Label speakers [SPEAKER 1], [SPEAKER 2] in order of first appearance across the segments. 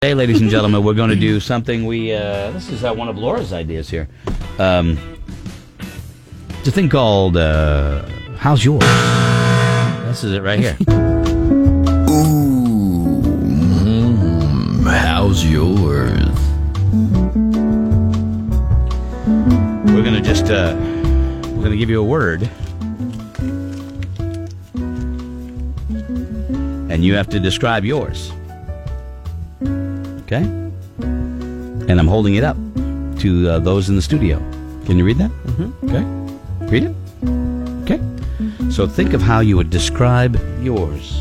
[SPEAKER 1] Today, ladies and gentlemen, we're going to do something we. Uh, this is uh, one of Laura's ideas here. Um, it's a thing called uh, "How's Yours." This is it right here.
[SPEAKER 2] Ooh, mm, how's yours?
[SPEAKER 1] We're going to just. Uh, we're going to give you a word, and you have to describe yours. Okay. And I'm holding it up to uh, those in the studio. Can you read that? Mm-hmm. Okay. Read it. Okay. So think of how you would describe yours.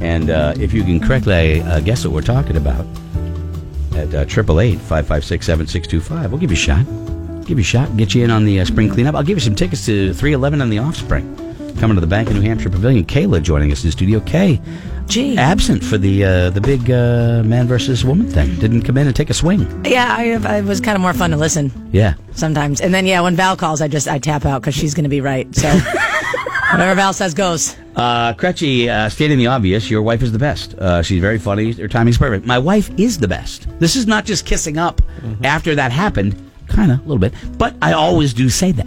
[SPEAKER 1] And uh, if you can correctly uh, guess what we're talking about, at uh, triple eight five five six seven six two five, we'll give you a shot. Give you a shot. Get you in on the uh, spring cleanup. I'll give you some tickets to three eleven on the Offspring. Coming to the Bank of New Hampshire Pavilion. Kayla joining us in studio. Kay,
[SPEAKER 3] Gee.
[SPEAKER 1] absent for the uh, the big uh, man versus woman thing. Didn't come in and take a swing.
[SPEAKER 3] Yeah, I, I was kind of more fun to listen
[SPEAKER 1] Yeah.
[SPEAKER 3] sometimes. And then yeah, when Val calls, I just I tap out because she's going to be right. So whatever Val says goes.
[SPEAKER 1] Uh, Crutchy, uh, stating the obvious, your wife is the best. Uh, she's very funny. Her timing's perfect. My wife is the best. This is not just kissing up after that happened, kind of, a little bit. But I always do say that.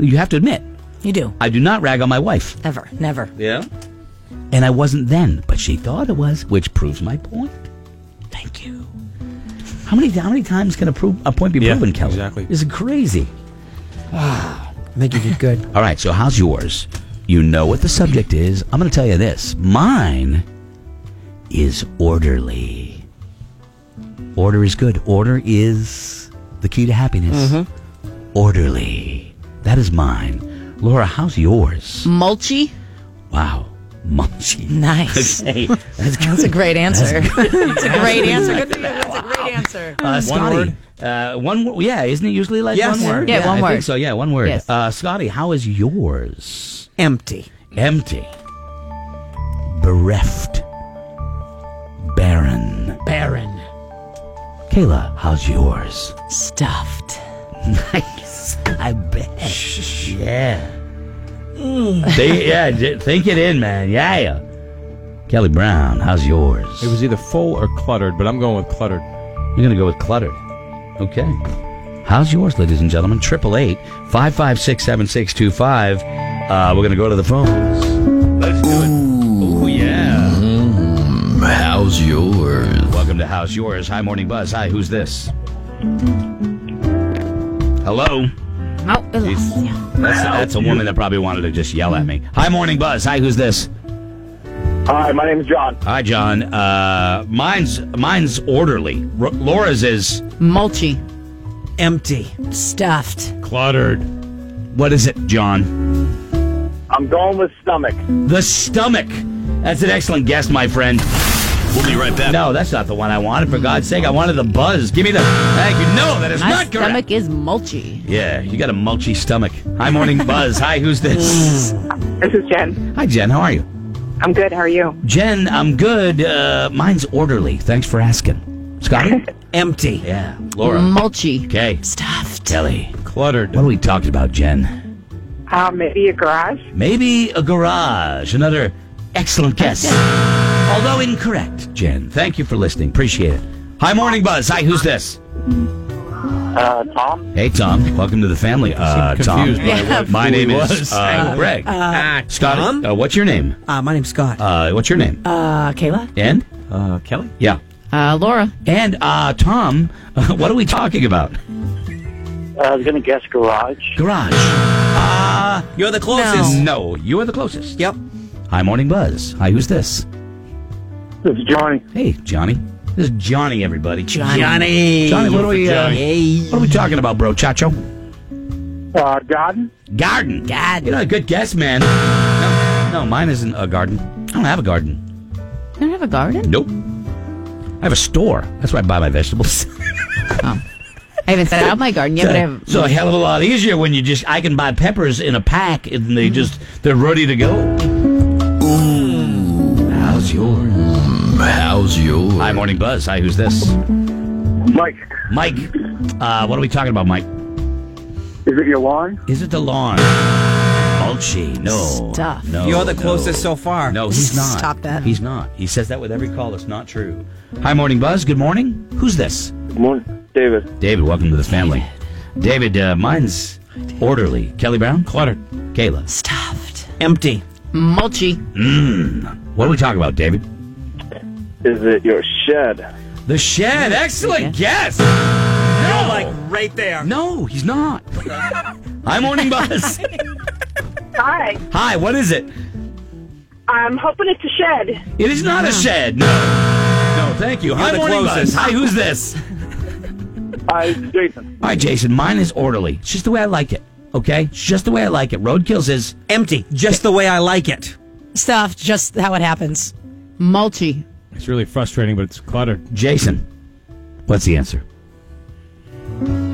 [SPEAKER 1] You have to admit,
[SPEAKER 3] You do
[SPEAKER 1] I do not rag on my wife.
[SPEAKER 3] ever never.
[SPEAKER 1] Yeah. And I wasn't then, but she thought it was, which proves my point. Thank you. How many how many times can a, prove, a point be
[SPEAKER 4] Yeah,
[SPEAKER 1] proven, Kelly?
[SPEAKER 4] exactly.
[SPEAKER 1] This is crazy.
[SPEAKER 4] I think you did good.
[SPEAKER 1] All right, so how's yours? You know what the subject is. I'm going to tell you this. Mine is orderly. Order is good. Order is the key to happiness. Orderly. That is mine. Laura, how's
[SPEAKER 3] Mm.
[SPEAKER 1] yours?
[SPEAKER 5] Mulchy?
[SPEAKER 1] Wow. Munchie.
[SPEAKER 3] Nice.
[SPEAKER 1] Hey, that's good.
[SPEAKER 3] That's a great answer. That's a great answer. Good for you.
[SPEAKER 1] Wow.
[SPEAKER 3] That's a great answer.
[SPEAKER 1] Uh, Scotty,
[SPEAKER 4] word?
[SPEAKER 1] Uh, one word. Yeah, isn't it usually like
[SPEAKER 4] Yes.
[SPEAKER 1] one word?
[SPEAKER 5] Yeah, one
[SPEAKER 1] I think
[SPEAKER 5] word.
[SPEAKER 1] so yeah, one word.
[SPEAKER 5] Yes.
[SPEAKER 1] Uh, Scotty, how is yours?
[SPEAKER 4] Empty.
[SPEAKER 1] Empty, bereft, barren.
[SPEAKER 4] Barren.
[SPEAKER 1] Kayla, how's yours?
[SPEAKER 3] Stuffed.
[SPEAKER 1] Nice. I bet. Yeah. They, yeah, j- think it in, man. Yeah, yeah. Kelly Brown, how's yours?
[SPEAKER 6] It was either full or cluttered, but I'm going with cluttered.
[SPEAKER 1] You're going to go with cluttered. Okay. How's yours, ladies and gentlemen? 888 556 7625. Uh, We're going to go to the phones. Let's do it. Oh, yeah.
[SPEAKER 2] Mm-hmm. How's yours?
[SPEAKER 1] Welcome to How's Yours. Hi, Morning Buzz. Hi, who's this? Hello.
[SPEAKER 5] Oh, we lost you.
[SPEAKER 1] That's, that's a woman that probably wanted to just yell at me. Hi, Morning Buzz. Hi, who's this?
[SPEAKER 7] Hi, my name is John.
[SPEAKER 1] Hi, John. Uh, mine's mine's orderly. R- Laura's is
[SPEAKER 5] Mulchy.
[SPEAKER 4] Empty.
[SPEAKER 3] Stuffed.
[SPEAKER 1] cluttered. What is it, John?
[SPEAKER 7] I'm going with stomach.
[SPEAKER 1] The stomach. That's an excellent guess, my friend.
[SPEAKER 2] We'll be right back.
[SPEAKER 1] No, that's not the one I wanted. For God's sake, I wanted the buzz. Give me the. Thank you. No, that is
[SPEAKER 5] My
[SPEAKER 1] not correct.
[SPEAKER 5] stomach is mulchy.
[SPEAKER 1] Yeah, you got a mulchy stomach. Hi, morning buzz. Hi, who's this?
[SPEAKER 8] This is Jen.
[SPEAKER 1] Hi, Jen. How are you?
[SPEAKER 8] I'm good. How are you?
[SPEAKER 1] Jen, I'm good. Uh, mine's orderly. Thanks for asking. Scotty.
[SPEAKER 4] Empty.
[SPEAKER 1] yeah. Laura.
[SPEAKER 5] Mulchy.
[SPEAKER 1] Okay.
[SPEAKER 3] Stuffed.
[SPEAKER 1] Kelly.
[SPEAKER 6] Cluttered.
[SPEAKER 1] What are we talking about, Jen?
[SPEAKER 8] Uh, maybe a garage?
[SPEAKER 1] Maybe a garage. Another excellent guess, although incorrect. Jen, thank you for listening. Appreciate it. Hi, morning buzz. Hi, who's this?
[SPEAKER 7] Uh, Tom?
[SPEAKER 1] Hey, Tom. Welcome to the family. Uh, Tom.
[SPEAKER 6] confused by Yeah. what
[SPEAKER 1] My
[SPEAKER 6] who he
[SPEAKER 1] name is
[SPEAKER 6] was.
[SPEAKER 1] uh, Greg. Scott,
[SPEAKER 4] Tom?
[SPEAKER 1] uh, what's your name?
[SPEAKER 4] Uh, my name's Scott.
[SPEAKER 1] Uh, what's your name?
[SPEAKER 3] Uh, Kayla.
[SPEAKER 1] and?
[SPEAKER 6] Uh, Kelly?
[SPEAKER 1] Yeah.
[SPEAKER 5] Uh, Laura.
[SPEAKER 1] And, uh, Tom, what are we talking about?
[SPEAKER 7] Uh, I was going to guess garage.
[SPEAKER 1] Garage. Uh,
[SPEAKER 4] You're the closest.
[SPEAKER 1] no, you are the closest.
[SPEAKER 4] Yep.
[SPEAKER 1] Hi, Morning Buzz. Hi, who's this?
[SPEAKER 7] This is Johnny.
[SPEAKER 1] Hey, Johnny. This is Johnny, everybody.
[SPEAKER 3] Johnny.
[SPEAKER 4] Johnny.
[SPEAKER 1] Johnny, what are we? Uh,
[SPEAKER 4] Johnny.
[SPEAKER 1] What are we talking about, bro? Chacho?
[SPEAKER 7] Uh, garden?
[SPEAKER 1] Garden. Garden. You know, good guess, man. No, no, mine isn't a garden. I don't have a garden.
[SPEAKER 5] You don't have a garden?
[SPEAKER 1] Nope. I have a store. That's where I buy my vegetables.
[SPEAKER 5] I haven't set out my garden yet, but I have.
[SPEAKER 1] so a hell of a lot easier when you just I can buy peppers in a pack and
[SPEAKER 2] Mm-hmm.
[SPEAKER 1] they just they're ready to go. How's yours?
[SPEAKER 2] Mm. How's yours?
[SPEAKER 1] Hi, morning buzz. Hi, who's this?
[SPEAKER 7] Mike,
[SPEAKER 1] Mike. Uh, what are we talking about, Mike?
[SPEAKER 7] is it your lawn?
[SPEAKER 1] Is it the lawn? Belchy. No.
[SPEAKER 3] Stuff.
[SPEAKER 1] No,
[SPEAKER 4] You're the
[SPEAKER 1] no.
[SPEAKER 4] closest so far.
[SPEAKER 1] No, he's not.
[SPEAKER 3] Stop that.
[SPEAKER 1] He's not. He says that with every call. It's not true. Hi, Morning Buzz. Good morning. Who's this?
[SPEAKER 7] Good morning, David.
[SPEAKER 1] David, welcome to the family. David, uh, mine's orderly. Kelly Brown?
[SPEAKER 6] Cluttered.
[SPEAKER 1] Kayla.
[SPEAKER 3] Stuffed.
[SPEAKER 4] Empty.
[SPEAKER 5] Mulchy.
[SPEAKER 1] Mmm. What are we talking about, David?
[SPEAKER 7] Is it your shed?
[SPEAKER 1] The shed. Excellent guess.
[SPEAKER 4] You're like right there.
[SPEAKER 1] No, he's not. Hi, Morning Buzz.
[SPEAKER 8] Hi.
[SPEAKER 1] Hi, what is it?
[SPEAKER 8] I'm hoping it's a shed.
[SPEAKER 1] It is not a shed. No. No, thank you. Hi,
[SPEAKER 4] the
[SPEAKER 1] Morning
[SPEAKER 4] closest.
[SPEAKER 1] Buzz. Hi, who's this?
[SPEAKER 7] Hi, it's Jason.
[SPEAKER 1] All right, Jason, mine is orderly. It's just the way I like it. Okay? It's just the way I like it. Roadkills is
[SPEAKER 4] Empty. Just the way I like it.
[SPEAKER 3] Stuffed. Just how it happens.
[SPEAKER 5] Mulchy.
[SPEAKER 6] It's really frustrating, but it's cluttered.
[SPEAKER 1] Jason. What's the answer?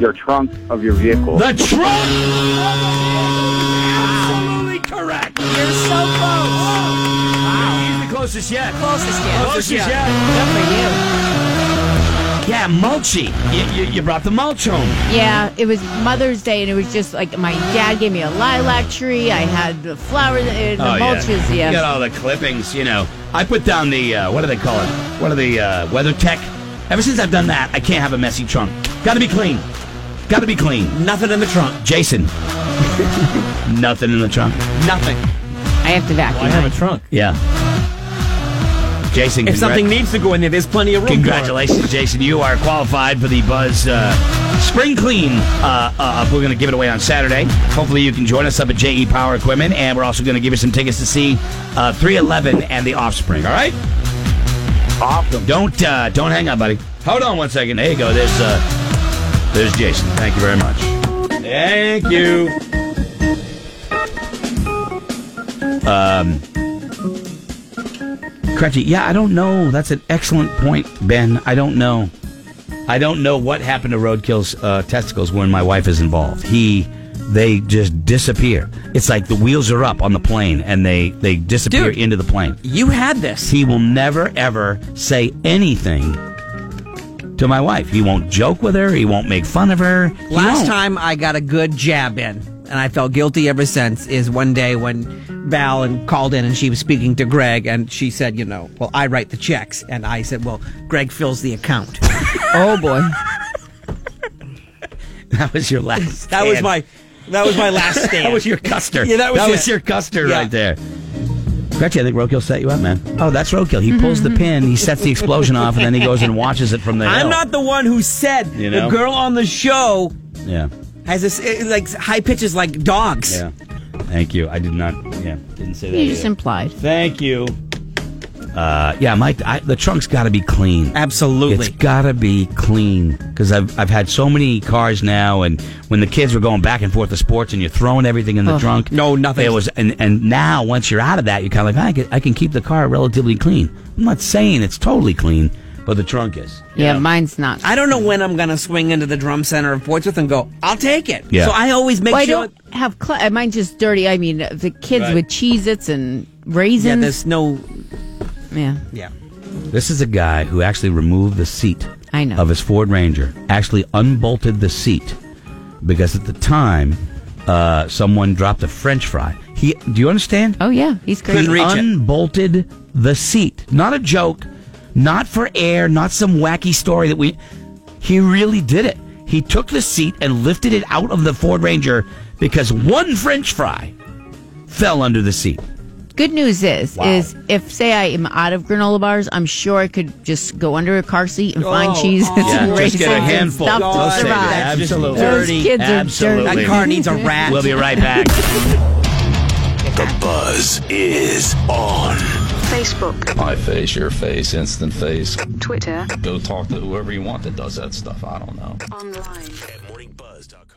[SPEAKER 7] Your trunk of your vehicle.
[SPEAKER 1] The trunk! Absolutely correct. You're so close. Wow. He's the closest yet.
[SPEAKER 3] Closest yet.
[SPEAKER 1] Closest yet. Yeah, mulchy. You, you, you brought the mulch home.
[SPEAKER 5] Yeah, it was Mother's Day, and it was just like my dad gave me a lilac tree. I had the flowers, uh, the mulches. Yeah.
[SPEAKER 1] Oh, You got all the clippings, you know. I put down the, uh, what do they call it? What are the, uh, weather tech? Ever since I've done that, I can't have a messy trunk. Gotta be clean. Gotta be clean.
[SPEAKER 4] Nothing in the trunk.
[SPEAKER 1] Jason. Nothing in the trunk.
[SPEAKER 4] Nothing.
[SPEAKER 5] I have to vacuum.
[SPEAKER 6] I have a trunk.
[SPEAKER 1] Yeah. Jason,
[SPEAKER 4] If
[SPEAKER 1] congrat-
[SPEAKER 4] something needs to go in there, there's plenty of room. for it.
[SPEAKER 1] congratulations, Jason. You are qualified for the Buzz uh, Spring Clean. Uh, uh, we're going to give it away on Saturday. Hopefully, you can join us up at JE Power Equipment, and we're also going to give you some tickets to see uh, 311 and the Offspring. All right. Awesome. Don't uh, don't hang up, buddy. Hold on one second. There you go. There's uh, there's Jason. Thank you very much. Thank you. Um. Crutchy, yeah, I don't know. That's an excellent point, Ben. I don't know. I don't know what happened to Roadkill's uh, testicles when my wife is involved. He, they just disappear. It's like the wheels are up on the plane and they they disappear
[SPEAKER 4] Dude.
[SPEAKER 1] into the plane.
[SPEAKER 4] You had this.
[SPEAKER 1] He will never ever say anything to my wife. He won't joke with her. He won't make fun of her. He
[SPEAKER 4] Last
[SPEAKER 1] won't.
[SPEAKER 4] time I got a good jab in, and I felt guilty ever since, is one day when Val and called in and she was speaking to Greg, and she said, you know, well, I write the checks. And I said, well, Greg fills the account.
[SPEAKER 5] oh boy.
[SPEAKER 1] that was your last.
[SPEAKER 4] That was
[SPEAKER 1] stand.
[SPEAKER 4] my that was my last stand.
[SPEAKER 1] That was your Custer.
[SPEAKER 4] Yeah, that was it.
[SPEAKER 1] your Custer
[SPEAKER 4] Yeah.
[SPEAKER 1] right there. Gretchen, I think Roadkill set you up, man. Oh, that's Roadkill. He pulls the pin, he sets the explosion off, and then he goes and watches it from the
[SPEAKER 4] I'm
[SPEAKER 1] hill.
[SPEAKER 4] not the one who said
[SPEAKER 1] You know?
[SPEAKER 4] the girl on the show
[SPEAKER 1] Yeah,
[SPEAKER 4] has this eh, like high pitches like dogs.
[SPEAKER 1] yeah. Thank you. I did not. Yeah, didn't say that.
[SPEAKER 5] You just
[SPEAKER 1] either.
[SPEAKER 5] implied.
[SPEAKER 1] Thank you. Uh, yeah, my I, the trunk's got to be clean.
[SPEAKER 4] Absolutely.
[SPEAKER 1] It's got to be clean because I've I've had so many cars now, and when the kids were going back and forth to sports, and you're throwing everything in the trunk.
[SPEAKER 4] Oh. No, nothing.
[SPEAKER 1] It was, and and now once you're out of that, you're kind of like I can, I can keep the car relatively clean. I'm not saying it's totally clean, but the trunk is. you
[SPEAKER 5] Yeah,
[SPEAKER 1] know?
[SPEAKER 5] mine's not.
[SPEAKER 4] I don't know when I'm gonna swing into the drum center of Portsmouth and go, I'll take it.
[SPEAKER 1] Yeah.
[SPEAKER 4] So I always make
[SPEAKER 5] Well, I
[SPEAKER 4] sure
[SPEAKER 5] don't have cl- uh, mine's just dirty. I mean, uh, the kids
[SPEAKER 1] Right.
[SPEAKER 5] with Cheez-Its and
[SPEAKER 4] Yeah,
[SPEAKER 5] raisins.
[SPEAKER 4] there's no
[SPEAKER 5] Yeah,
[SPEAKER 4] Yeah.
[SPEAKER 1] This is a guy who actually removed the seat
[SPEAKER 5] I know.
[SPEAKER 1] of his Ford Ranger, actually unbolted the seat because at the time uh, someone dropped a french fry. He do you understand?
[SPEAKER 5] Oh yeah, he's crazy.
[SPEAKER 4] Couldn't reach it.
[SPEAKER 1] unbolted the seat. Not a joke, not for air, not some wacky story that we he really did it. He took the seat and lifted it out of the Ford Ranger because one french fry fell under the seat.
[SPEAKER 5] Good news is,
[SPEAKER 1] Wow.
[SPEAKER 5] is if say I am out of granola bars, I'm sure I could just go under a car seat and find cheese and
[SPEAKER 1] Oh, Yeah,
[SPEAKER 5] some
[SPEAKER 1] just
[SPEAKER 5] raisins
[SPEAKER 1] get a
[SPEAKER 5] and
[SPEAKER 1] handful.
[SPEAKER 5] stuff
[SPEAKER 1] Don't
[SPEAKER 5] to
[SPEAKER 1] save it.
[SPEAKER 5] survive.
[SPEAKER 1] Absolutely.
[SPEAKER 5] Those
[SPEAKER 1] Dirty.
[SPEAKER 5] kids are
[SPEAKER 1] Absolutely.
[SPEAKER 5] dirty.
[SPEAKER 4] that car needs a rat.
[SPEAKER 1] We'll be right back.
[SPEAKER 2] The buzz is on.
[SPEAKER 9] Facebook,
[SPEAKER 2] My face, your face, instant face.
[SPEAKER 9] Twitter,
[SPEAKER 2] Go talk to whoever you want that does that stuff. I don't know.
[SPEAKER 9] online.
[SPEAKER 2] At morningbuzz.com.